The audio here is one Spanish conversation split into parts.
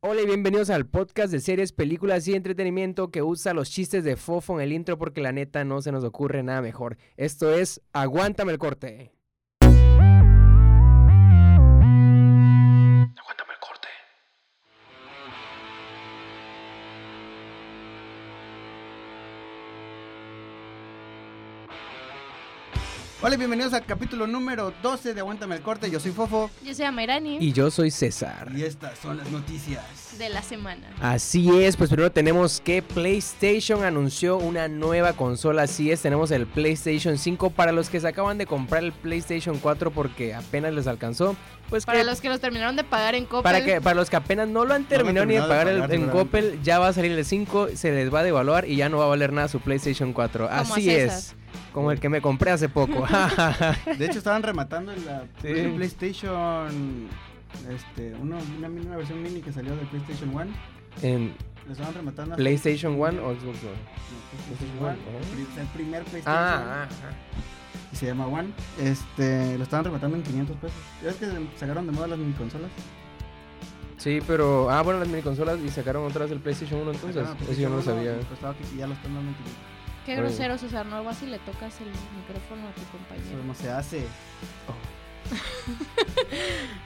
Hola y bienvenidos al podcast de series, películas y entretenimiento que usa los chistes de fofo en el intro porque la neta no se nos ocurre nada mejor. Esto es Aguántame el corte. Aguántame el corte. Hola y bienvenidos al capítulo número 12 de Aguántame el Corte. Yo soy Fofo Yo soy Amairani Y yo soy César. y estas son las noticias. de la semana. Así es, pues primero tenemos que PlayStation anunció una nueva consola. Así es, tenemos el PlayStation 5 para los que se acaban de comprar el PlayStation 4 porque apenas les alcanzó. Pues Para que- los que los terminaron de pagar en Coppel. Para, que, para los que apenas no lo han terminado ni de terminado de pagar el- pagar, en seguramente. Coppel, ya va a salir el 5, se les va a devaluar y ya no va a valer nada su PlayStation 4. a Así César. es. Como el que me compré hace poco. De hecho, estaban rematando en la Sí. en PlayStation. Este, uno- una, mini- una versión mini que salió de PlayStation One. ¿En Lo estaban rematando. hasta- PlayStation 1 o Xbox One? No, PlayStation One. Ajá. pri- o sea, El primer PlayStation. ¿eh? Ah, ah, ah. Y se llama One. Este, lo estaban rematando en 500 pesos. ¿Ya ves que se sacaron de moda las mini consolas? sí, pero. Ah, bueno, las miniconsolas y sacaron otras del PlayStation 1 entonces. Sacaron Eso yo no lo PlayStation sabía. One, Costaba que ya lo están dando en 500. Qué Bueno. grosero, César. No vas y le tocas el micrófono a tu Eso compañero. no se hace.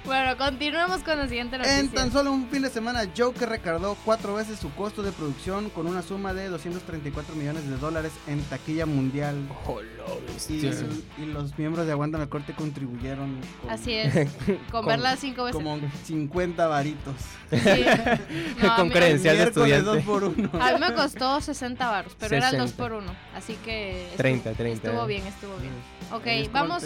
Bueno, continuemos con la siguiente noticia. En tan solo un fin de semana, Joker recargó cuatro veces su costo de producción con una suma de 234 millones de dólares en taquilla mundial. Y, y los miembros de Aguántame el Corte contribuyeron con Así es. pues, eh. Con Con- verla cinco veces. como 50 varitos. Sí. No, a Con mí- credencial. Especial de Miércoles estudiante. 2 por 1 A mí me costó 60 baros, pero era el 2 60. por 1 Así que. estuvo- 30, 30, Estuvo eh. Mm. bien, estuvo bien. Ok, vamos.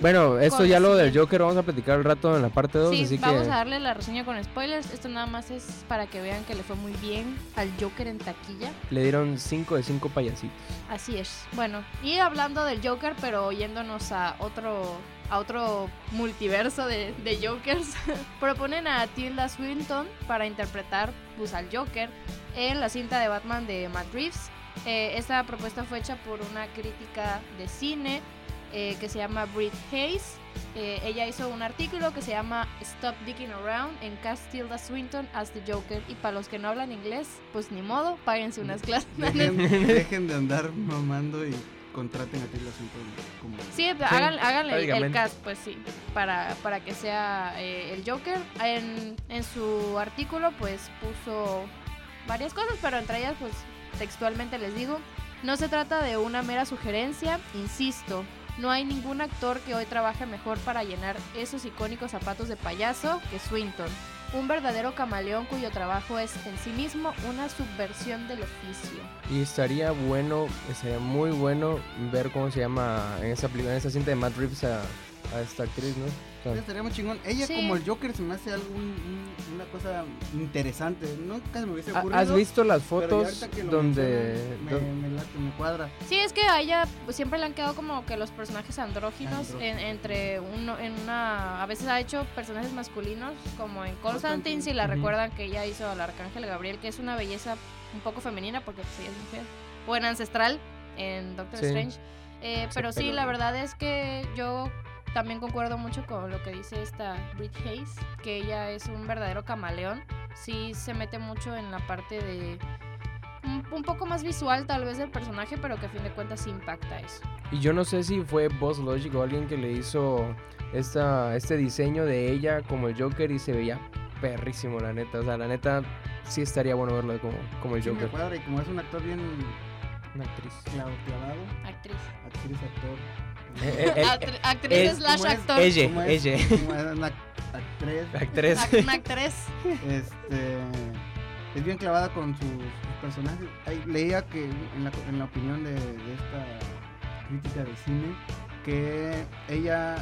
Bueno, esto Con ya la lo del siguiente. Joker vamos a platicar al rato en la parte 2. Sí, así que. vamos a darle la reseña con spoilers. Esto nada más es para que vean que le fue muy bien al Joker en taquilla. Le dieron 5 de 5 payasitos. Así es. Bueno, y hablando del Joker, pero yéndonos a otro a otro multiverso de, de Jokers, proponen a Tilda Swinton para interpretar pues, al Joker en la cinta de Batman de Matt Reeves. Eh, esta propuesta fue hecha por una crítica de cine eh, que se llama Britt Hayes. Eh, ella hizo un artículo que se llama Stop Dicking Around en Cast Tilda Swinton as the Joker. Y para los que no hablan inglés, pues ni modo, páguense unas clases. Dejen, dejen de andar mamando y contraten a Taylor Swift como... Sí, pero hagan- háganle el- el, prácticamente. cast, pues sí, para, para que sea eh, el Joker. En, en su artículo, pues puso varias cosas, pero entre ellas, pues textualmente les digo, no se trata de una mera sugerencia, insisto. No hay ningún actor que hoy trabaje mejor para llenar esos icónicos zapatos de payaso que Swinton, un verdadero camaleón cuyo trabajo es en sí mismo una subversión del oficio. Y estaría bueno, estaría muy bueno ver cómo se llama en esa, peli- en esa cinta de Matt Reeves a, a esta actriz, ¿no? O sea, Ella Estaría muy chingón. Ella Sí. como el Joker se me hace algo, un- un- una cosa interesante. Nunca se me hubiese ¿ha- ocurrido. ¿Has visto las pero ya fotos ahorita que lo donde... mencionan, do- Me, me late, me cuadra. Sí, es que a ella pues, siempre le han quedado como que los personajes andróginos Andróginos. en- entre uno en una a veces ha hecho personajes masculinos como en Constantine Constantine, si la ujú. recuerdan que ella hizo al arcángel Gabriel que es una belleza un poco femenina porque pues, ella es mujer o en ancestral en Doctor Sí. Strange Eh, Ese pero sí pelo, la ¿no? verdad es que yo también concuerdo mucho con lo que dice esta Brit Hayes que ella es un verdadero camaleón sí se mete mucho en la parte de un, un poco más visual tal vez del personaje, pero que a fin de cuentas sí impacta eso. Y yo no sé si fue Boss Logic o alguien que le hizo esta, este diseño de ella como el Joker y se veía perrísimo, la neta. O sea, la neta sí estaría bueno verlo como, como el Sí, me Joker. cuadra y como es un actor bien Una actriz. clavo- clavado, Actriz. actriz, actor. Eh, eh, Actri- actriz es- slash ¿cómo es? actor. Ella, Como es- ella. como es una actriz, Actriz. Ac- Una actriz. este, es bien clavada con sus personajes. Ahí leía que en la, en la opinión de, de esta crítica de cine, que ella,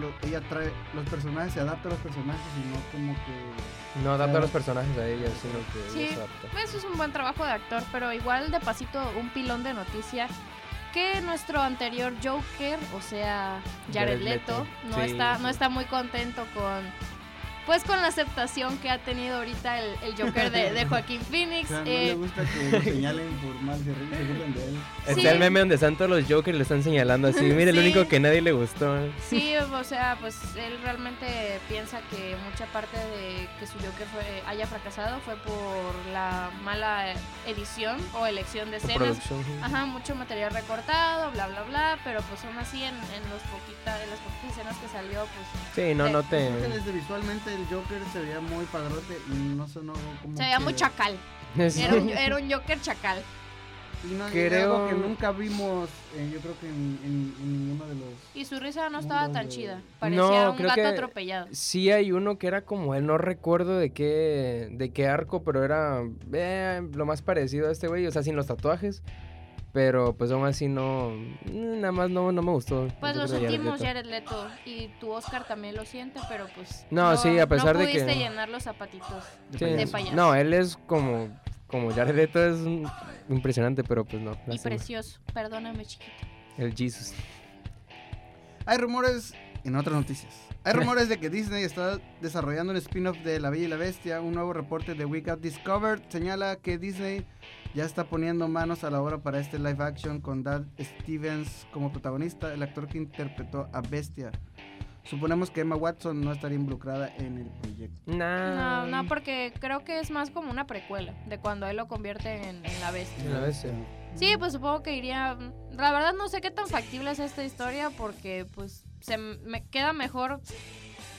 lo- ella trae, los personajes se adapta a los personajes y no como que... No adapta a los personajes a ella, sino que Sí. ella se adapta. Pues es un buen trabajo de actor, pero igual de pasito un pilón de noticia que nuestro anterior Joker, o sea, Jared Jared Leto, Leto, no sí. está no está muy contento con pues con la aceptación que ha tenido ahorita el, el Joker de, de Joaquín O Phoenix. sea, no eh, le gusta que lo señalen por mal, se ríen, se burlan de él. Sí. Está el meme donde están todos los Jokers y lo están señalando así. Mira, el Sí. único que nadie le gustó. Sí, o sea, pues él realmente piensa que mucha parte de que su Joker fue- haya fracasado fue por la mala edición o elección de La escenas. producción. Ajá, mucho material recortado, bla, bla, bla, pero pues aún así en, en, los poquita, en las poquitas escenas que salió, pues Sí, no, no te. Creo que desde visualmente el Joker se veía muy padrote y no sonó como. se veía que- muy chacal. Era un, era un Joker chacal. Y no, y Creo- algo que nunca vimos, eh, yo creo que en, en- en ninguno de los. Y su risa no estaba tan Mundo de- chida. No, Parecía un creo gato que- atropellado. Sí hay uno que era como él, no recuerdo de qué, de qué arco, pero era eh, lo más parecido a este güey, o sea, sin los tatuajes. Pero pues aún así no, mm, nada más no, no me gustó. Pues Yo lo creo que Jared sentimos, Leto. Jared Leto. Y tu Oscar también lo siente, pero pues. No, sí, a pesar de que- pudiste llenar los zapatitos. Sí, de payaso. No, él es como, como Jared Leto es un- impresionante, pero pues no. Y lástima. precioso. Perdóname, chiquito. El Jesus. Hay rumores en otras noticias. Hay rumores de que Disney está desarrollando un spin-off de La Bella y la Bestia. Un nuevo reporte de We Got Discovered señala que Disney ya está poniendo manos a la obra para este live action con Dad Stevens como protagonista, el actor que interpretó a Bestia. Suponemos que Emma Watson no estaría involucrada en el proyecto. Nah. No, no, porque creo que es más como una precuela de cuando él lo convierte en, en la bestia. En la eh, bestia. Sí, pues supongo que iría. La verdad, no sé qué tan factible es esta historia porque, pues, se m- me queda mejor.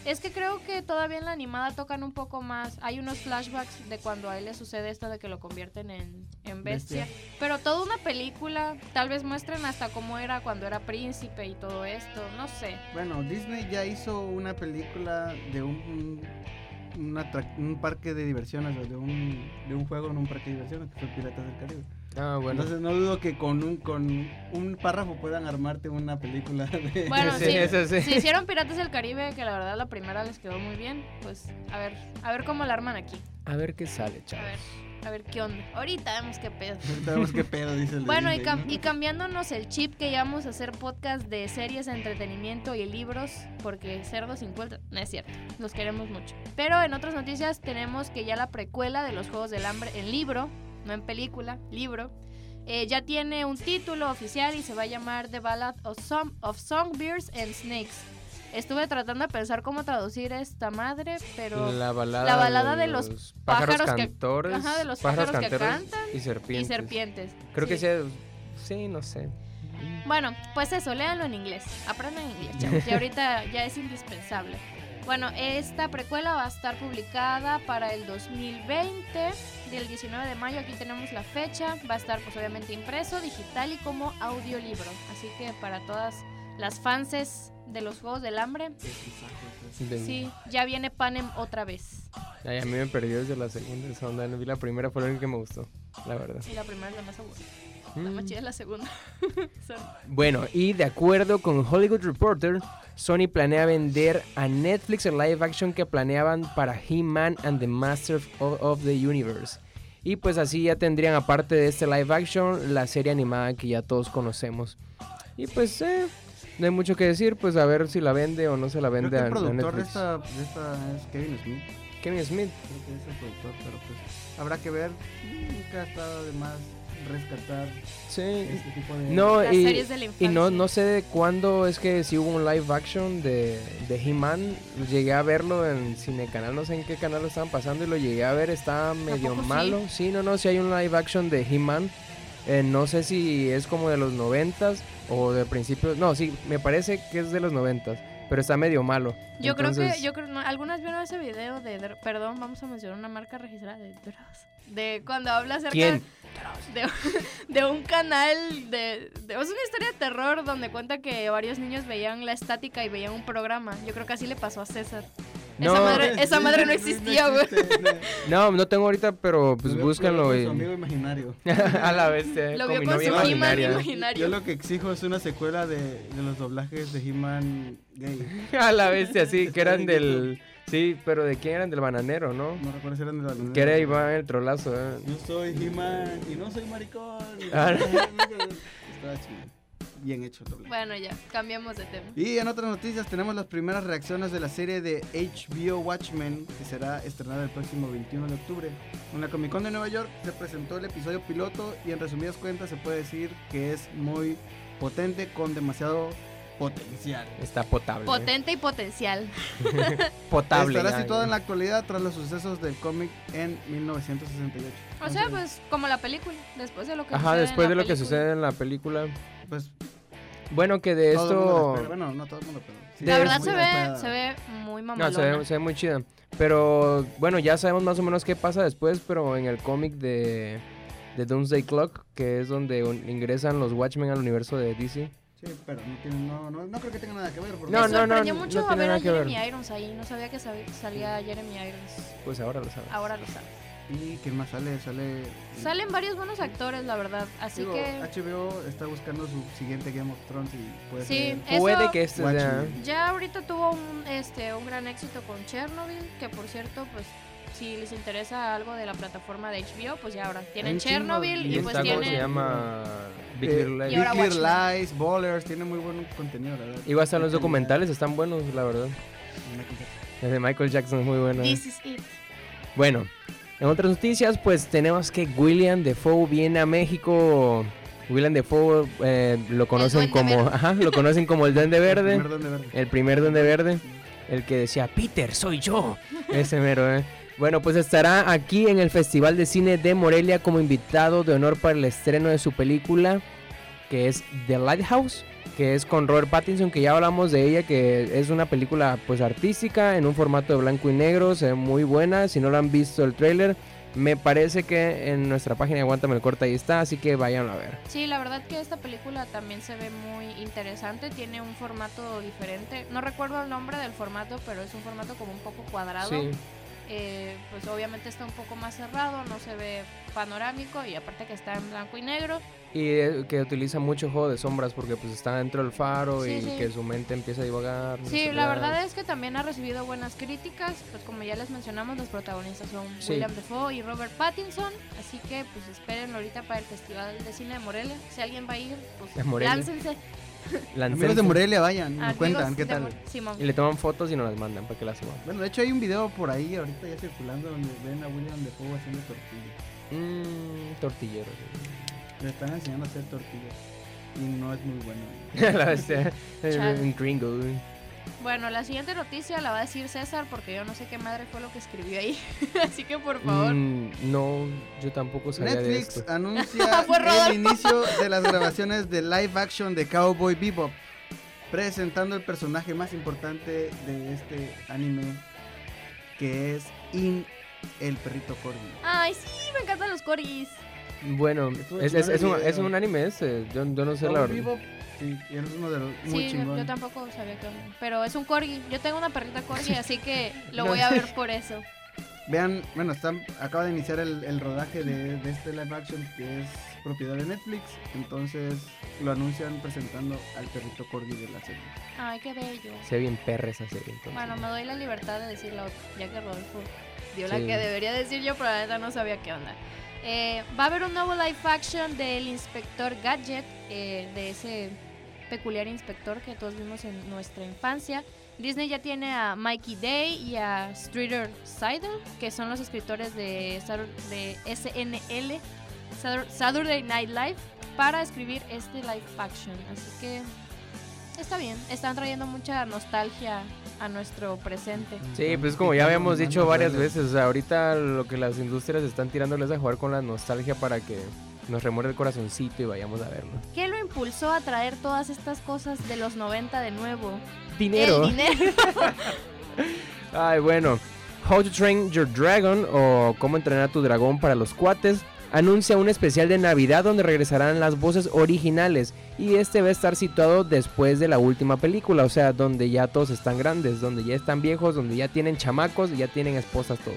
Es que creo que todavía en la animada tocan un poco más. Hay unos flashbacks de cuando a él le sucede esto de que lo convierten en, en bestia. Pero toda una película, tal vez muestren hasta cómo era cuando era príncipe y todo esto. No sé. Bueno, Disney ya hizo una película de un, un, un atrac- un parque de diversiones, o de un, de un juego en un parque de diversiones, que fue Piratas del Caribe. Ah, bueno. Entonces no dudo que con un, con un párrafo puedan armarte una película de... Bueno, sí, sí. eso sí. Si hicieron Piratas del Caribe, que la verdad la primera les quedó muy bien, pues a ver, a ver cómo la arman aquí. A ver qué sale, A ver, chavos. a ver qué onda. Ahorita vemos qué pedo. Ahorita vemos qué pedo, dice el de Bueno, y, Disney, cam- ¿no? y cambiándonos el chip que ya vamos a hacer podcast de series, entretenimiento y libros, porque Cerdo 50 no es cierto, los queremos mucho. Pero en otras noticias tenemos que ya la precuela de los Juegos del Hambre en libro, no en película, libro, eh, ya tiene un título oficial y se va a llamar The Ballad of, Some of Songbears and Snakes. Estuve tratando de pensar cómo traducir esta madre, pero... La balada, La balada de los pájaros, pájaros que- cantores. Ajá, de los pájaros que cantan y y serpientes. serpientes. Creo que sí. sea. Sí, no sé. Bueno, pues eso, léanlo en inglés. Aprendan inglés, chavos, que ahorita ya es indispensable. Bueno, esta precuela va a estar publicada para el 2020, del 19 de mayo, aquí tenemos la fecha. Va a estar pues obviamente impreso, digital y como audiolibro. Así que para todas las fanses de los Juegos del Hambre, De- sí, ya viene Panem otra vez. Ay, a mí me perdí desde la segunda esa onda. No vi la primera, fue la única que me gustó. La verdad. Y la primera es la más aburrida. La Mm. más chida es la segunda. Sorry. Bueno, y de acuerdo con Hollywood Reporter, Sony planea vender a Netflix el live action que planeaban para He-Man and the Master of, of the Universe. Y pues así ya tendrían, aparte de este live action, la serie animada que ya todos conocemos. Y pues, eh, no hay mucho que decir, pues a ver si la vende o no se la Creo vende que a, el a productor de Netflix. esta, de esta es Kevin Smith. Kevin Smith. Creo que es el productor, pero pues habrá que ver. Nunca ha estado de más rescatar Sí. este tipo de... No, Las y, series de la y infancia. no, no sé de cuándo es que si hubo un live action de, de He-Man. Llegué a verlo en Cinecanal, no sé en qué canal lo estaban pasando y lo llegué a ver, estaba medio poco sí? malo. Sí? no, no, si hay un live action de He-Man. eh, no sé si es como de los noventas o de principios. No, sí, me parece que es de los noventas, pero está medio malo. Yo creo que, Entonces, yo creo, no, algunas vieron ese video de, dro- perdón, vamos a mencionar una marca registrada de Dross, de cuando habla acerca ¿Quién? De, de un canal de, de- es una historia de terror donde cuenta que varios niños veían la estática y veían un programa. Yo creo que así le pasó a César. Esa No. madre, esa madre no existía, güey. No, no tengo ahorita, pero pues Lo veo- búscanlo. lo veo con y- Su amigo imaginario. a la vez, eh, Lo vio mi con novia su He-Man imaginaria. imaginario. Imaginario. Yo lo que exijo es una secuela de, de los doblajes de He-Man gay. A la bestia, sí, que eran del. Sí, pero ¿de quién eran? Del bananero, ¿no? No recuerdo si eran de la Que era Iván el trolazo. ¿eh? Yo soy He-Man y no soy maricón. Ah, Estaba chido. bien hecho el doblaje. Bueno, ya, cambiamos de tema. Y en otras noticias tenemos las primeras reacciones de la serie de HBO Watchmen que será estrenada el próximo 21 de octubre. En la Comic Con de Nueva York se presentó el episodio piloto y en resumidas cuentas se puede decir que es muy potente con demasiado potencial. Está potable. ¿eh? Potente y potencial. Potable. Estará ya, situado ya. en la actualidad tras los sucesos del cómic en 1968. O sea, Entonces, pues como la película, después de lo que Ajá, sucede en después la de lo que película. sucede en la película. pues, Bueno, que de todo el mundo la esto... espera. Bueno, no todo el mundo, pero... sí, La La es verdad muy se esperada. ve, se ve muy mamalona. No, se ve, se ve muy chida. Pero bueno, ya sabemos más o menos qué pasa después, pero en el cómic de, de Doomsday Clock, que es donde un- ingresan los Watchmen al universo de DC. Sí, pero no, tiene- no, no, no creo que tenga nada que ver. porque- No, Me no, no, sorprendió no mucho tiene ver nada a que ver. Jeremy Irons ahí. No sabía que sab- salía Jeremy Irons. Pues ahora lo sabes. Ahora lo sabes. ¿Y quién más sale? Sale... Salen varios buenos actores, la verdad. Así Digo, que. HBO está buscando su siguiente Game of Thrones y puede Sí. ser... Eso- Puede que este sea. Watchmen. Ya ahorita tuvo un, este, un gran éxito con Chernobyl. Que por cierto, pues. Si les interesa algo de la plataforma de HBO, pues ya ahora Hay tienen un chingo. Chernobyl Y y Está pues esta, ¿cómo se tienen. llama? Big Eh, Little Y Lies. ahora Big Little Watchmen. Lies, Ballers, tiene muy buen contenido, la verdad. Igual hasta los Tiene calidad. documentales están buenos, la verdad. Una calidad. El de Michael Jackson es muy bueno. ¿eh? This is it. Bueno, en otras noticias, pues tenemos que William Defoe viene a México. William Defoe eh, lo conocen Duende como, Verde. ajá, lo conocen como el Duende Verde, Eh, Primer Duende Verde. el primer Duende Verde, el que decía Peter, soy yo, ese mero. eh. Bueno, pues estará aquí en el Festival de Cine de Morelia como invitado de honor para el estreno de su película, que es The Lighthouse, que es con Robert Pattinson, que ya hablamos de ella, que es una película pues artística en un formato de blanco y negro, se ve muy buena, si no la han visto el tráiler, me parece que en nuestra página de Aguántame el Corte ahí está, así que vayan a ver. Sí, la verdad que esta película también se ve muy interesante, tiene un formato diferente. No recuerdo el nombre del formato, pero es un formato como un poco cuadrado. Sí, Eh, pues obviamente está un poco más cerrado, no se ve panorámico y aparte que está en blanco y negro. y eh, que utiliza mucho juego de sombras porque pues está dentro del faro Sí, y sí. que su mente empieza a divagar. Sí, la verdad es que también ha recibido buenas críticas, pues como ya les mencionamos, los protagonistas son Sí. William Defoe y Robert Pattinson, así que pues esperen ahorita para el Festival de Cine de Morelia. Si alguien va a ir, A pues Morelia. láncense. Amigos de Morelia, vayan, nos Amigos cuentan qué de tal. Mor- Simón. Y le toman fotos y nos las mandan para que las suban. Bueno, de hecho hay un video por ahí ahorita ya circulando donde ven a William Defoe haciendo tortillas. Mmm, Mm, tortilleros. Le están enseñando a hacer tortillas y no es muy bueno. la bestia. Chale. Un gringo. güey. Bueno, la siguiente noticia la va a decir César porque yo no sé qué madre fue lo que escribió ahí. Así que por favor. Mm, no, yo tampoco sabía de Netflix esto. anuncia Fue Rodolfo. el inicio de las grabaciones de live action de Cowboy Bebop, presentando el personaje más importante de este anime, que es In el perrito Corgi. Ay, sí, me encantan los coris. Bueno, Estuvo es, es, chingón es, el un, video. es un anime ese. Yo, yo no sé la Cowboy verdad. Bebop, sí, y es uno de los muy Sí, yo, chingón. yo tampoco sabía que. Pero es un corgi. Yo tengo una perrita corgi, así que lo voy a ver por eso. Vean, bueno, están, acaba de iniciar el, el rodaje de, de este live action que es propiedad de Netflix, entonces lo anuncian presentando al perrito Corgi de la serie. Ay, qué bello. Se ve bien perra esa serie. Entonces. Bueno, me doy la libertad de decir la otra, ya que Rodolfo dio la Sí. que debería decir yo, pero la neta no sabía qué onda. Eh, va a haber un nuevo live action del inspector Gadget, eh, de ese peculiar inspector que todos vimos en nuestra infancia. Disney ya tiene a Mikey Day y a Streeter Seidel, que son los escritores de, Satur- de SNL, Satur- Saturday Night Live, para escribir este live action. Así que está bien, están trayendo mucha nostalgia a nuestro presente. Sí, pues como ya habíamos dicho varias Entonces, veces, o sea, ahorita lo que las industrias están tirándoles a jugar con la nostalgia para que nos remuerde el corazoncito y vayamos a verlo. ¿Qué lo impulsó a traer todas estas cosas de los 90 de nuevo? Dinero. El dinero. Ay, bueno. How to Train Your Dragon o Cómo entrenar a tu dragón para los cuates anuncia un especial de Navidad donde regresarán las voces originales y este va a estar situado después de la última película, o sea, donde ya todos están grandes, donde ya están viejos, donde ya tienen chamacos y ya tienen esposas todos.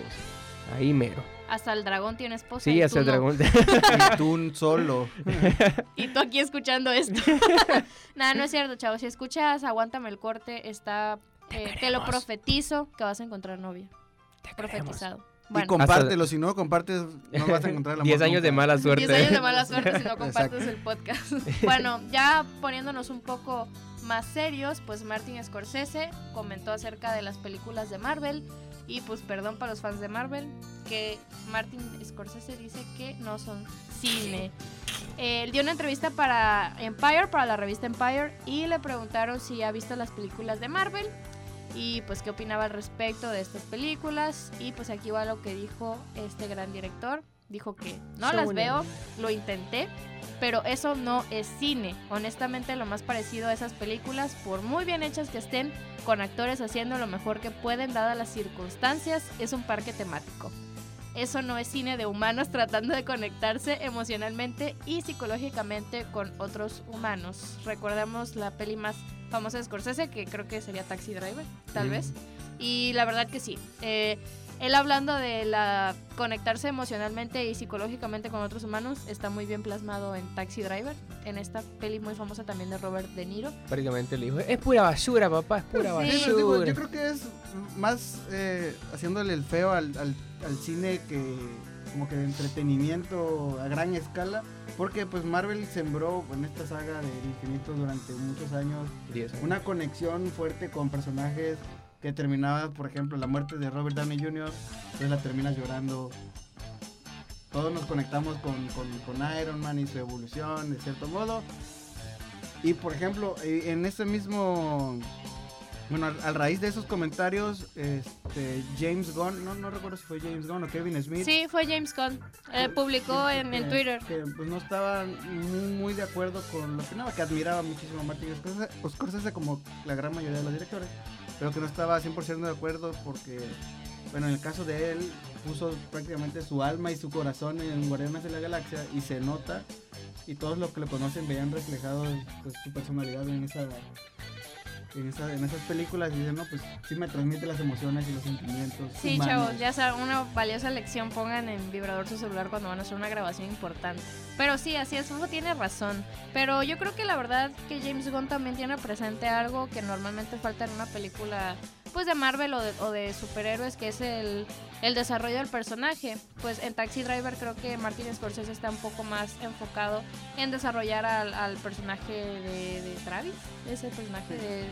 Ahí mero. Hasta el dragón tiene esposa. Sí, y hasta tú el no. dragón. Y tú un solo. Y tú aquí escuchando esto. Nada, no es cierto, chavo. Si escuchas, aguántame el corte. Está. eh, te lo queremos. profetizo que vas a encontrar novia. Te queremos. Profetizado. Bueno, y compártelo, si no lo compartes, no vas a encontrar la 10 años de mala suerte. 10 años de mala suerte si no compartes el podcast. Bueno, ya poniéndonos un poco más serios, pues Martin Scorsese comentó acerca de las películas de Marvel y pues perdón para los fans de Marvel que Martin Scorsese dice que no son cine. Eh, Él dio una entrevista para Empire, para la revista Empire, y le preguntaron si ha visto las películas de Marvel y pues qué opinaba al respecto de estas películas y pues aquí va lo que dijo este gran director dijo que no las veo lo intenté pero eso no es cine honestamente lo más parecido a esas películas por muy bien hechas que estén con actores haciendo lo mejor que pueden dadas las circunstancias es un parque temático eso no es cine de humanos tratando de conectarse emocionalmente y psicológicamente con otros humanos. Recordemos la peli más famosa de Scorsese, que creo que sería Taxi Driver, tal Mm. vez. Y la verdad que sí. Eh, él hablando de la conectarse emocionalmente y psicológicamente con otros humanos está muy bien plasmado en Taxi Driver, en esta peli muy famosa también de Robert De Niro. Prácticamente le dijo, es pura basura, papá, es pura Sí. Sí, pero digo, basura. yo creo que es más eh, haciéndole el feo al, al- al cine que como que de entretenimiento a gran escala, porque pues Marvel sembró en esta saga del infinito durante muchos años 10 años. una conexión fuerte con personajes que terminaba, por ejemplo, la muerte de Robert Downey Jr., pues la terminas llorando. Todos nos conectamos con, con- con Iron Man y su evolución, de cierto modo. Y por ejemplo, eh, en ese mismo. Bueno, al- a raíz de esos comentarios, este, James Gunn, no, no recuerdo si fue James Gunn o Kevin Smith. Sí, fue James Gunn. Eh, publicó Sí, en, en que- Twitter. Que pues no estaban muy, muy de acuerdo con lo que nada, que admiraba muchísimo a Martin Scorsese, pues, Scorsese como la gran mayoría de los directores, pero que no estaba 100% de acuerdo porque, bueno, en el caso de él, puso prácticamente su alma y su corazón en Guardianes de la Galaxia y se nota, y todos los que lo conocen veían reflejado pues, su personalidad en esa... En, esa- en esas películas y dicen, no, pues sí me transmite las emociones y los sentimientos. Sí, humanos". chavos, ya sea una valiosa lección, pongan en vibrador su celular cuando van a hacer una grabación importante. Pero sí, así es, Fofo tiene razón. Pero yo creo que la verdad que James Gunn también tiene presente algo que normalmente falta en una película pues de Marvel o de, o de superhéroes, que es el, el desarrollo del personaje. Pues en Taxi Driver creo que Martin Scorsese está un poco más enfocado en desarrollar al, al personaje de, de Travis, es el personaje de,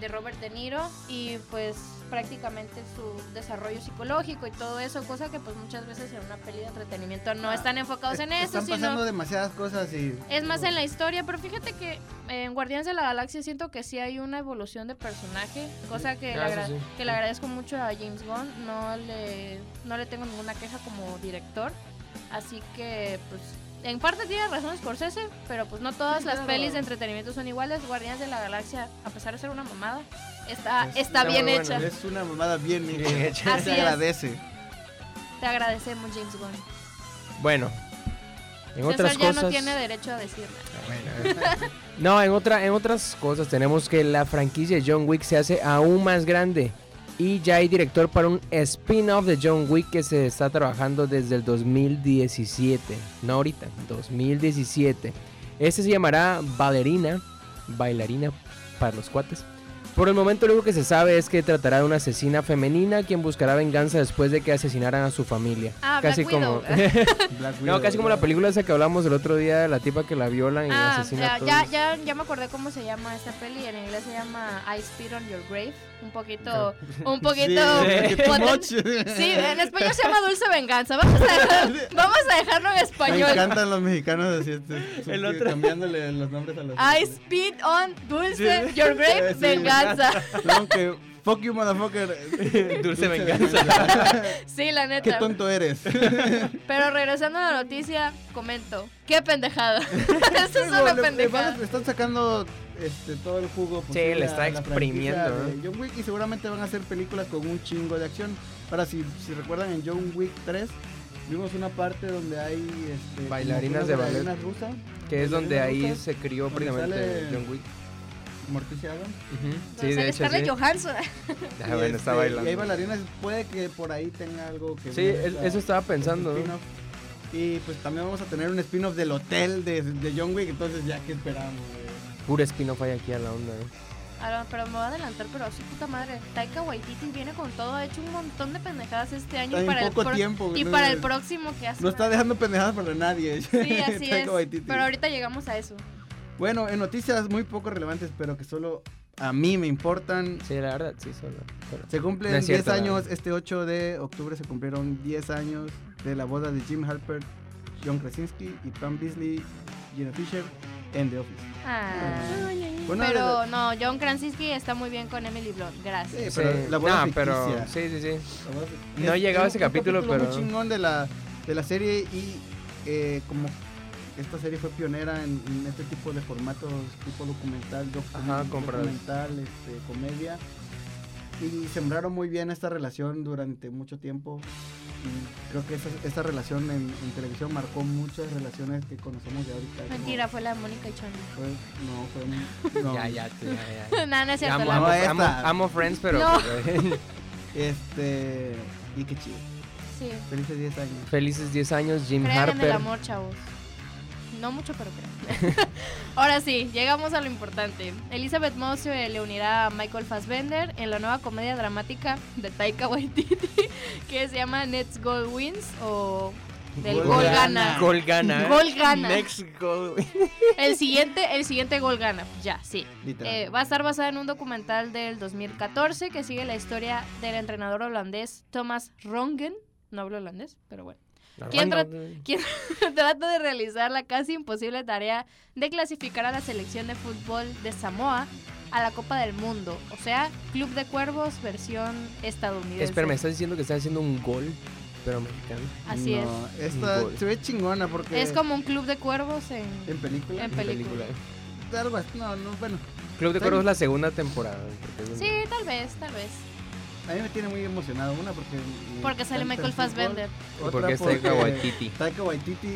de Robert De Niro, y pues prácticamente su desarrollo psicológico y todo eso, cosa que pues muchas veces en una peli de entretenimiento no Ah, están enfocados en Eh, eso, Están pasando sino... demasiadas cosas y... Es más en la historia, pero fíjate que en Guardianes de la Galaxia siento que sí hay una evolución de personaje, cosa que, le, Ah, eso agra- sí. que le agradezco mucho a James Gunn, no le, no le tengo ninguna queja como director, así que pues en parte tiene razón Scorsese, pero pues no todas Sí, las claro. pelis de entretenimiento son iguales, Guardianes de la Galaxia, a pesar de ser una mamada, está, Es- Ah, está está bien muy hecha. buena, Es una mamada bien hecha. Bien hecha. Así Se es. agradece. Te agradecemos James Gunn. Bueno, en César otras ya cosas. no tiene derecho a decir nada. No, en, otra, en otras cosas tenemos que la franquicia de John Wick se hace aún más grande y ya hay director para un spin-off de John Wick que se está trabajando desde el 2017, no ahorita, 2017. Este se llamará Ballerina, bailarina para los cuates. Por el momento lo único que se sabe es que tratará de una asesina femenina quien buscará venganza después de que asesinaran a su familia. Ah, Black Widow. Black No, Widow, casi como la ¿verdad? película esa que hablamos el otro día de la tipa que la violan y Ah, asesina ya, a ya, todos. ya, ya me acordé cómo se llama esta peli. En inglés se llama I Spit on Your Grave. Un poquito. Un poquito. Sí, too poten- much. Sí, en español se llama Dulce Venganza. Vamos a, dejar- vamos a dejarlo en Me español. encantan los mexicanos así, este, su- El otro. cambiándole los nombres a los. I Spit on Dulce Your Grave Sí, Venganza. Claro que fuck you motherfucker. Dulce, venganza. Sí, la Qué neta. tonto eres. Pero regresando a la noticia, comento. ¡Qué pendejada! Eso es Digo, una le- le pendejada. van a- le están sacando este, todo el jugo. posible le a está la exprimiendo, franquicia de ¿no? John Wick y seguramente van a hacer películas con un chingo de acción. Ahora, si, si recuerdan en John Wick 3, vimos una parte donde hay este, como Bailarinas unas de ballet. bailarinas rusas. Que es donde ahí se crió Donde prácticamente sale- John Wick. Morticia Adams. Sí, de hecho, Scarlett sí. Johansson. Ah, Y, bueno, este, está Y hay bailando. bailarinas, puede que por ahí tenga algo que Sí, ver es- esta- eso estaba este pensando. ¿no? spin-off. Y pues también vamos a tener un spin-off del hotel de, de John Wick, entonces ya que esperamos. güey? Puro spin-off hay aquí a la onda. ¿eh? Ahora, pero me voy a adelantar, pero a su puta madre. Taika Waititi viene con todo, ha hecho un montón de pendejadas este Está año y en para, el, poco pro- tiempo, y no para el mames. próximo que hace. No está dejando pendejadas para nadie. Sí, así Taika es. Waititi. Pero ahorita llegamos a eso. Bueno, en noticias muy poco relevantes, pero que solo a mí me importan. Sí, la verdad, sí, solo. solo. Se cumplen No es 10 cierto, la años, este 8 de octubre se cumplieron 10 años de la boda de Jim Harper, John Krasinski y Pam Beasley, Jenna Fisher en The Office. Ah. Bueno, pero de- no, John Krasinski está muy bien con Emily Blunt. Gracias. Sí, este, pero la boda no, pero, sí, ficticia. sí, sí. La boda fi- No he llegado a es ese un capítulo, pero- muy chingón de la, de la serie y eh, como esta serie fue pionera en, en este tipo de formatos, tipo documental, docu- Ajá, compras. documental, este, comedia. Y sembraron muy bien esta relación durante mucho tiempo. Y creo que esta, esta relación en, en televisión marcó muchas relaciones que conocemos de ahorita. como Mentira, fue la Mónica y Chandler. Fue, no, fue... un- no. Ya, ya, tú, ya, ya, ya. no, no es Ya cierto. amo, la- amo, No, la... esta. amo, amo Friends, pero No. pues, Este... Y qué chido. Sí. Felices 10 años. felices 10 años, Jim Crean en el Harper. amor, chavos. No mucho, pero crean. Ahora sí, llegamos a lo importante. Elizabeth Moss se le unirá a Michael Fassbender en la nueva comedia dramática de Taika Waititi que se llama Nets Gold Wins o del Gol Gol gana. Gana. Gol gana. Gol gana. Next goal. El siguiente, el siguiente Gol Gana. Ya, sí. Literal. Eh, va a estar basada en un documental del 2014 que sigue la historia del entrenador holandés Thomas Rongen. No hablo holandés, pero bueno. ¿Quién quien trata de realizar la casi imposible tarea de clasificar a la selección de fútbol de Samoa a la Copa del Mundo, o sea, Club de Cuervos versión estadounidense. Espera, me estás diciendo que estás haciendo un gol, pero mexicano. Así No, Esta Gol. se ve chingona porque. es. Es como em un club de cuervos en... En Em, película. en película. Algo así, No, no, bueno. Club de Cuervos es la segunda temporada. porque es un- Sí, tal vez, tal vez. A mí me tiene muy emocionado. Una porque. me Porque sale encanta Michael el fútbol, Fassbender. ¿Y otra por qué es Taika porque Waititi? Taika Waititi.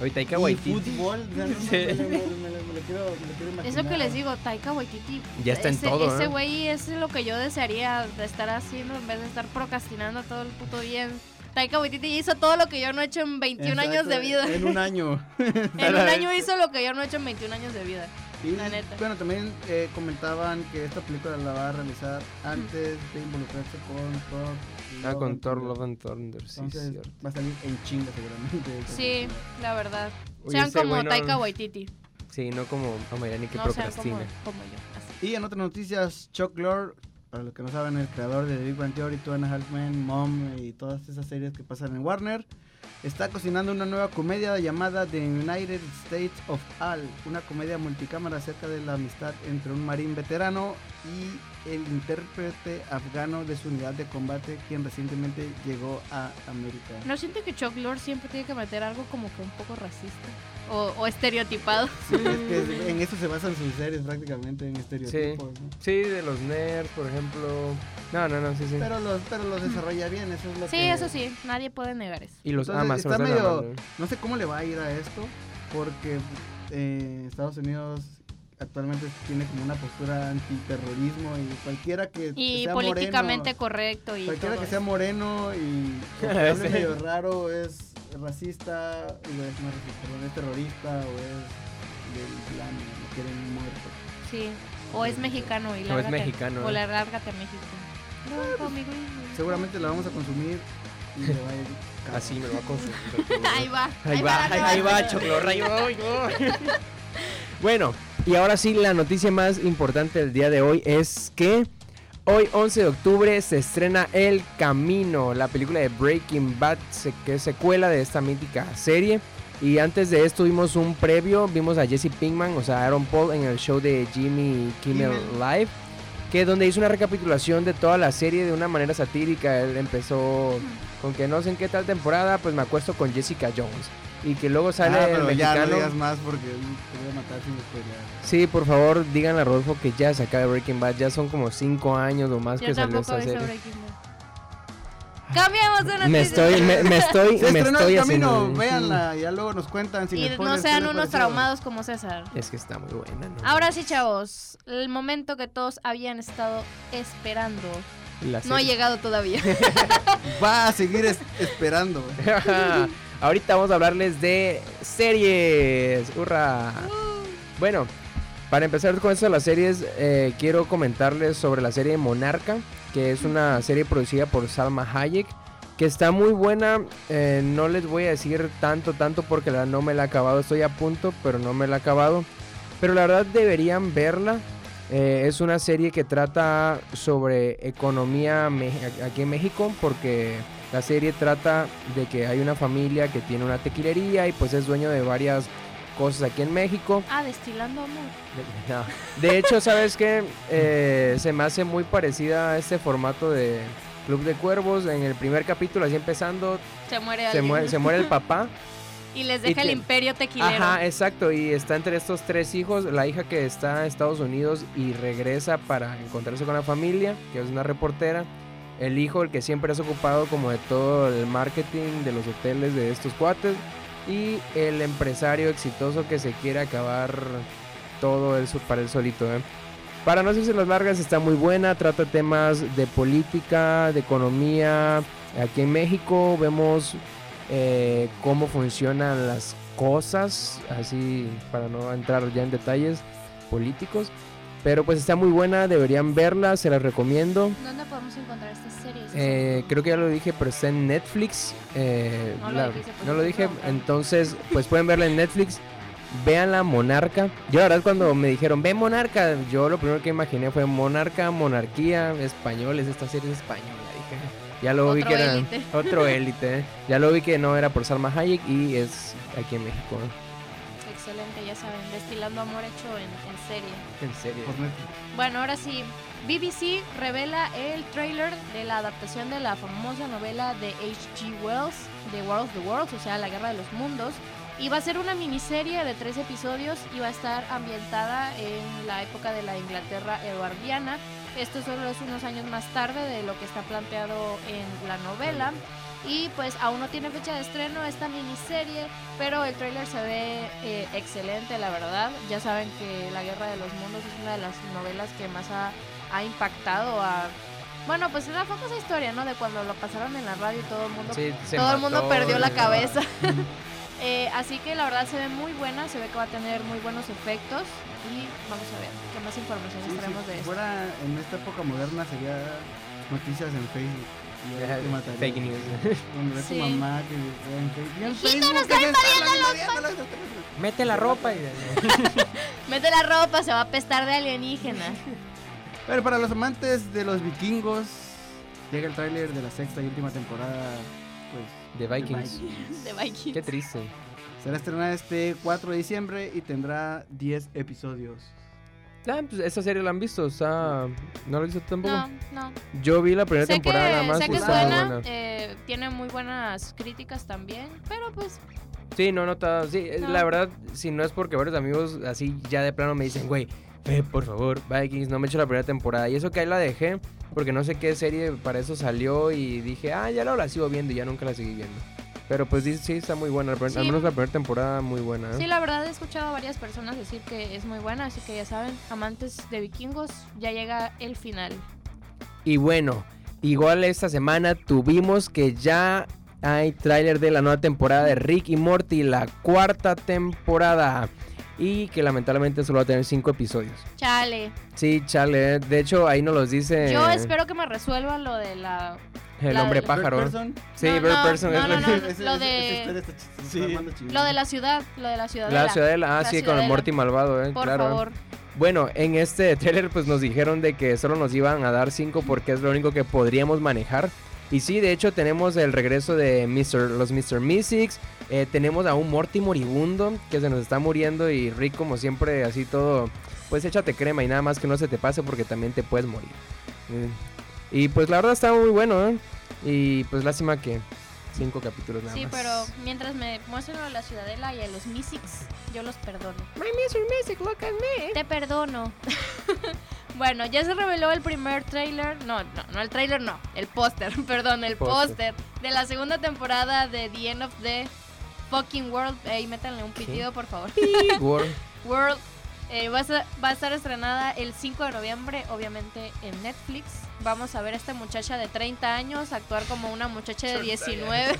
Hoy Taika y Waititi Fútbol. ya no, no, Sí. me, lo- me lo- me lo- me lo quiero, me lo quiero imaginar. Es lo que les digo, Taika Waititi. Ya está en ese, todo, Ese ¿eh? güey es lo que yo desearía de estar haciendo en vez de estar procrastinando todo el puto día. Taika Waititi hizo todo lo que yo no he hecho en 21 años de Exacto, vida. En un año. En un año hizo lo que yo no he hecho en 21 años de vida. Y, La neta. Bueno, también eh, comentaban que esta película la va a realizar antes de involucrarse con Thor. y Ah, con Love Thor, and Love and Thunder, sí, Entonces cierto. va a salir en chinga seguramente. esta Sí, película. la verdad. Oye, sean ese como güey no- Taika Waititi, este Sí, no como Amairani que no sean como, procrastina. como yo. así. Y en otras noticias, Chuck Lorre, para los que no saben, el creador de The Big Bang Theory, Two and a Half Men, Mom y todas esas series que pasan en Warner, está cocinando una nueva comedia llamada The United States of Al, una comedia multicámara acerca de la amistad entre un marín veterano y el intérprete afgano de su unidad de combate, quien recientemente llegó a América. ¿No siente que Chuck Lorre siempre tiene que meter algo como que un poco racista? O, o estereotipado. Sí, es que en eso se basan sus series prácticamente, en estereotipos. ¿no? Sí, de los nerds, por ejemplo. No, no, no, sí, sí. Pero los, pero los desarrolla bien, eso es lo Mm. Sí, que... eso sí, nadie puede negar eso. y los Entonces, amas, se está los están medio- amando. eh. No sé cómo le va a ir a esto, porque eh, Estados Unidos actualmente tiene como una postura antiterrorismo y cualquiera que Y sea políticamente moreno, correcto y cualquiera todo que sea eso. moreno y o que hable medio raro es racista, digo, es, no racista, perdón, es terrorista o es del Islam, lo quieren muerto. Eh, Sí, o es mexicano y O es lárgate- mexicano, O ¿eh? lárgate a México. Ah, pues, No, conmigo. Seguramente la vamos a consumir y le va a ir cabrón. Así Ah, me lo va a consumir. Ahí va. Ahí va, la ahí va, nueva. Choclorra, ahí va, ahí va. Bueno, y ahora sí, la noticia más importante del día de hoy es que hoy, 11 de octubre, se estrena El Camino, la película de Breaking Bad, se- que es secuela de esta mítica serie. Y antes de esto vimos un previo, vimos a Jesse Pinkman, o sea, Aaron Paul, en el show de Jimmy Kimmel Kimmel. Live, que donde hizo una recapitulación de toda la serie de una manera satírica. Él empezó con que no sé en qué tal temporada, pues me acuesto con Jessica Jones. Y que luego sale Ah, el pero ya no mexicano. digas más porque te voy a matar sin spoilear. Sí, por favor, díganle a Rodolfo que ya se acaba Breaking Bad. Ya son como cinco años o más Yo que salió tampoco esta vi serie. sobre Kimball. Cambiamos de noticia. Me estoy, me, me estoy, Se me estrenó estoy el camino, haciendo- véanla, ya luego nos cuentan si Y les no ponen sean qué les unos pareció. traumados como César. Es que está muy buena, ¿no? Ahora sí, chavos, el momento que todos habían estado esperando La no ha serie. llegado todavía. Va a seguir es- esperando. Ahorita vamos a hablarles de series. ¡Hurra! Bueno, Para empezar con esto de las series, eh, quiero comentarles sobre la serie Monarca, que es una serie producida por Salma Hayek, que está muy buena. eh, no les voy a decir tanto, tanto porque la, verdad no me la he acabado. Estoy a punto, pero no me la he acabado. Pero la verdad deberían verla. Eh, es una serie que trata sobre economía me- aquí en México, porque la serie trata de que hay una familia que tiene una tequilería y pues es dueño de varias cosas aquí en México. Ah, destilando amor. De- no. De hecho, ¿sabes qué? Eh, se me hace muy parecida a este formato de Club de Cuervos. En el primer capítulo, así empezando, Se muere se alguien. muere, se muere el papá. Y les deja el te- imperio tequilero. Ajá, eh. exacto. Y está entre estos tres hijos. La hija que está en Estados Unidos y regresa para encontrarse con la familia, que es una reportera. El hijo, el que siempre es ocupado como de todo el marketing de los hoteles de estos cuates. Y el empresario exitoso que se quiere acabar todo eso para él solito. ¿eh? Para no hacerse las largas, está muy buena. Trata temas de política, de economía. Aquí en México vemos eh, cómo funcionan las cosas, así para no entrar ya en detalles políticos. Pero pues está muy buena, deberían verla, se la recomiendo. ¿Dónde podemos encontrar estas series? Eh, creo que ya lo dije, pero está en Netflix. eh, No lo la- dijiste, pues, no no lo te dije, preguntaron. entonces pues pueden verla en Netflix. Vean la Monarca. Yo la verdad cuando me dijeron, ve Monarca, yo lo primero que imaginé fue Monarca, Monarquía, españoles, esta serie es española. Dije, ya lo vi Otro que era élite. otro élite. eh. Ya lo vi que no era por Salma Hayek y es aquí en México. ¿no? Excelente, ya saben, destilando amor hecho en, en serie. En serio. Por Netflix. Bueno, ahora sí, BBC revela el tráiler de la adaptación de la famosa novela de H.G. Wells, The War of the Worlds, o sea, La Guerra de los Mundos. Y va a ser una miniserie de tres episodios y va a estar ambientada en la época de la Inglaterra eduardiana. Esto solo es unos años más tarde de lo que está planteado en la novela. Y pues aún no tiene fecha de estreno esta miniserie, pero el tráiler se ve eh, excelente, la verdad. Ya saben que La Guerra de los Mundos es una de las novelas que más ha, ha impactado a... Bueno, pues es la famosa historia, ¿no? De cuando lo pasaron en la radio y todo el mundo... Sí, se todo el mundo mató, perdió la ¿no? cabeza. Eh, así que la verdad se ve muy buena, se ve que va a tener muy buenos efectos y vamos a ver qué más información Sí, extraemos si de esto. fuera en esta época moderna sería noticias en Facebook. Y ahí te mataría. Fake news. Donde ve tu Sí. mamá que ve en Facebook. "Vio en Hijito, Facebook nos que están se están invadiendo los extraterrestres". Mete la ropa y... Mete la ropa, se va a pestar de alienígena. Pero para los amantes de los vikingos, llega el tráiler de la sexta y última temporada pues, De Vikings. De Vikings. Qué triste. Será estrenada este 4 de diciembre y tendrá 10 episodios. Ah, pues esa serie la han visto, está... ¿No la visto tampoco? No, no. Yo vi la primera Sé que, temporada nada más sé y que es está muy buena, buena. eh, tiene muy buenas críticas también, pero pues Sí, no, no está... Sí, eh, No. la verdad, si no es porque varios amigos así ya de plano me dicen, güey, ve por favor, Vikings, no me echo la primera temporada. Y eso que ahí la dejé, porque no sé qué serie para eso salió y dije, ah, ya la, la sigo viendo y ya nunca la seguí viendo. Pero pues sí, sí, está muy buena, la primer- al Sí. menos la primera temporada muy buena. ¿eh? sí, la verdad he escuchado a varias personas decir que es muy buena, así que ya saben, amantes de vikingos, ya llega el final. Y bueno, igual esta semana tuvimos que ya hay tráiler de la nueva temporada de Rick y Morty, la cuarta temporada. Y que lamentablemente solo va a tener cinco episodios. Chale, Sí, chale. eh. De hecho, ahí nos los dice yo espero que me resuelva lo de la... el la hombre del- pájaro. ¿eh? Third person. Sí, No, Bird no, Person no, es no, la- no, Ese- ese- lo esa de- historia está ch- está Sí. armando chido. Lo de la ciudad, lo de la ciudadela. la ciudadela. Ah, La sí, con ciudadela. el Morty malvado, eh, Por claro. favor. Bueno, en este trailer pues nos dijeron de que solo nos iban a dar 5 porque es lo único que podríamos manejar. Y sí, de hecho tenemos el regreso de Mr., los Mr. Mystics, eh, tenemos a un Morty moribundo que se nos está muriendo y Rick como siempre así todo, pues échate crema y nada más que no se te pase porque también te puedes morir. Eh, Y pues la verdad está muy bueno, ¿eh? Y pues lástima que 5 capítulos nada Sí, más. pero mientras me muestren lo de la ciudadela y a los Mystics, yo los perdono. My Mr. Mystic, look at me. Te perdono. bueno, ya se reveló el primer tráiler. No, no, no el tráiler, no. El póster, perdón, el Póster. póster de la segunda temporada de The End of the Fucking World. Ey, métanle un ¿Qué? pitido, por favor. World. World. eh, va, a, ser- va a estar estrenada el 5 de noviembre, obviamente en Netflix. Vamos a ver a esta muchacha de 30 años actuar como una muchacha de 19.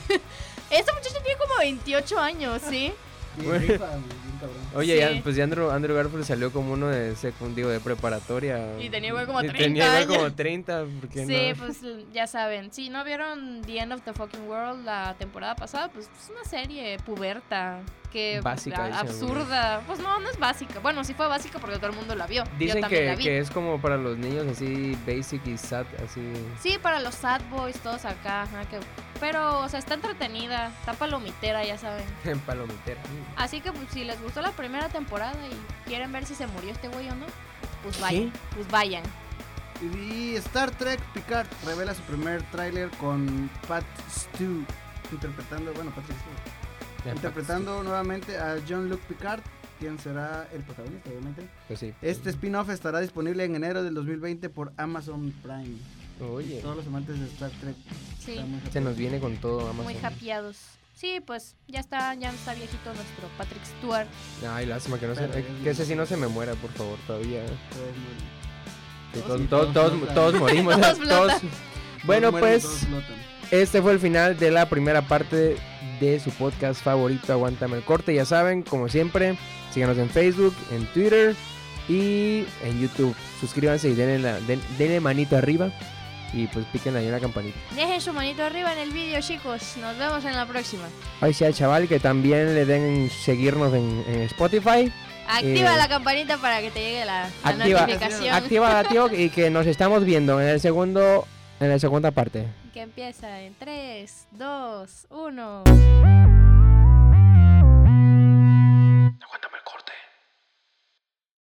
esta muchacha tiene como 28 años, ¿sí? Sí, rifa, güey, bien cabrón. Oye, Sí. ya, pues ya Andrew, Andrew Garfield salió como uno de secund- digo, de preparatoria. Y tenía igual como Y 30 tenía igual años. como 30, ¿por qué Sí, no? pues ya saben. Si no vieron The End of the Fucking World la temporada pasada, pues es una serie puberta. Que Básica, a- dicen absurda. Pues no, no es básica. Bueno, sí fue básica porque todo el mundo la vio. Yo Dicen también que, la vi. que es como para los niños así basic y sad, así. Sí, para los sad boys, todos acá. ajá, que- Pero, o sea, está entretenida. Está palomitera, ya saben. En palomitera. Así que pues, si les gustó la primera temporada y quieren ver si se murió este güey o no, pues ¿Qué? vayan. Pues vayan. Y Star Trek Picard revela su primer tráiler con Pat Stu interpretando, bueno, Patrick Stewart, interpretando nuevamente a John-Luc Picard, quien será el protagonista, obviamente. Pues sí. Este spin-off estará disponible en enero del 2020 por Amazon Prime. Oye, Todos los amantes de Star Trek Sí, están muy se nos felices. viene con todo Amazon. muy happeados. Sí, pues ya está, ya está viejito nuestro Patrick Stewart. Ay, lástima que no se. Pero eh, es- Que ese sí no se me muera, por favor, todavía. Todos muy- Que todos, Todos- todos todos, todos, flotan. todos morimos. Todos todos- flotan. Bueno, todos mueren, pues. todos flotan. Este fue el final de la primera parte de su podcast favorito, Aguántame el Corte. Ya saben, como siempre, síganos en Facebook, en Twitter y en YouTube. Suscríbanse y denle, la- den- denle manito arriba y pues piquen ahí en la campanita. Dejen su manito arriba en el vídeo, chicos. Nos vemos en la próxima. Ahí sea, chaval, que también le den seguirnos en, en Spotify. Activa Eh, la campanita para que te llegue la, la activa- notificación Activa la tío y que nos estamos viendo en el segundo en la segunda parte. que empieza en 3, 2, 1.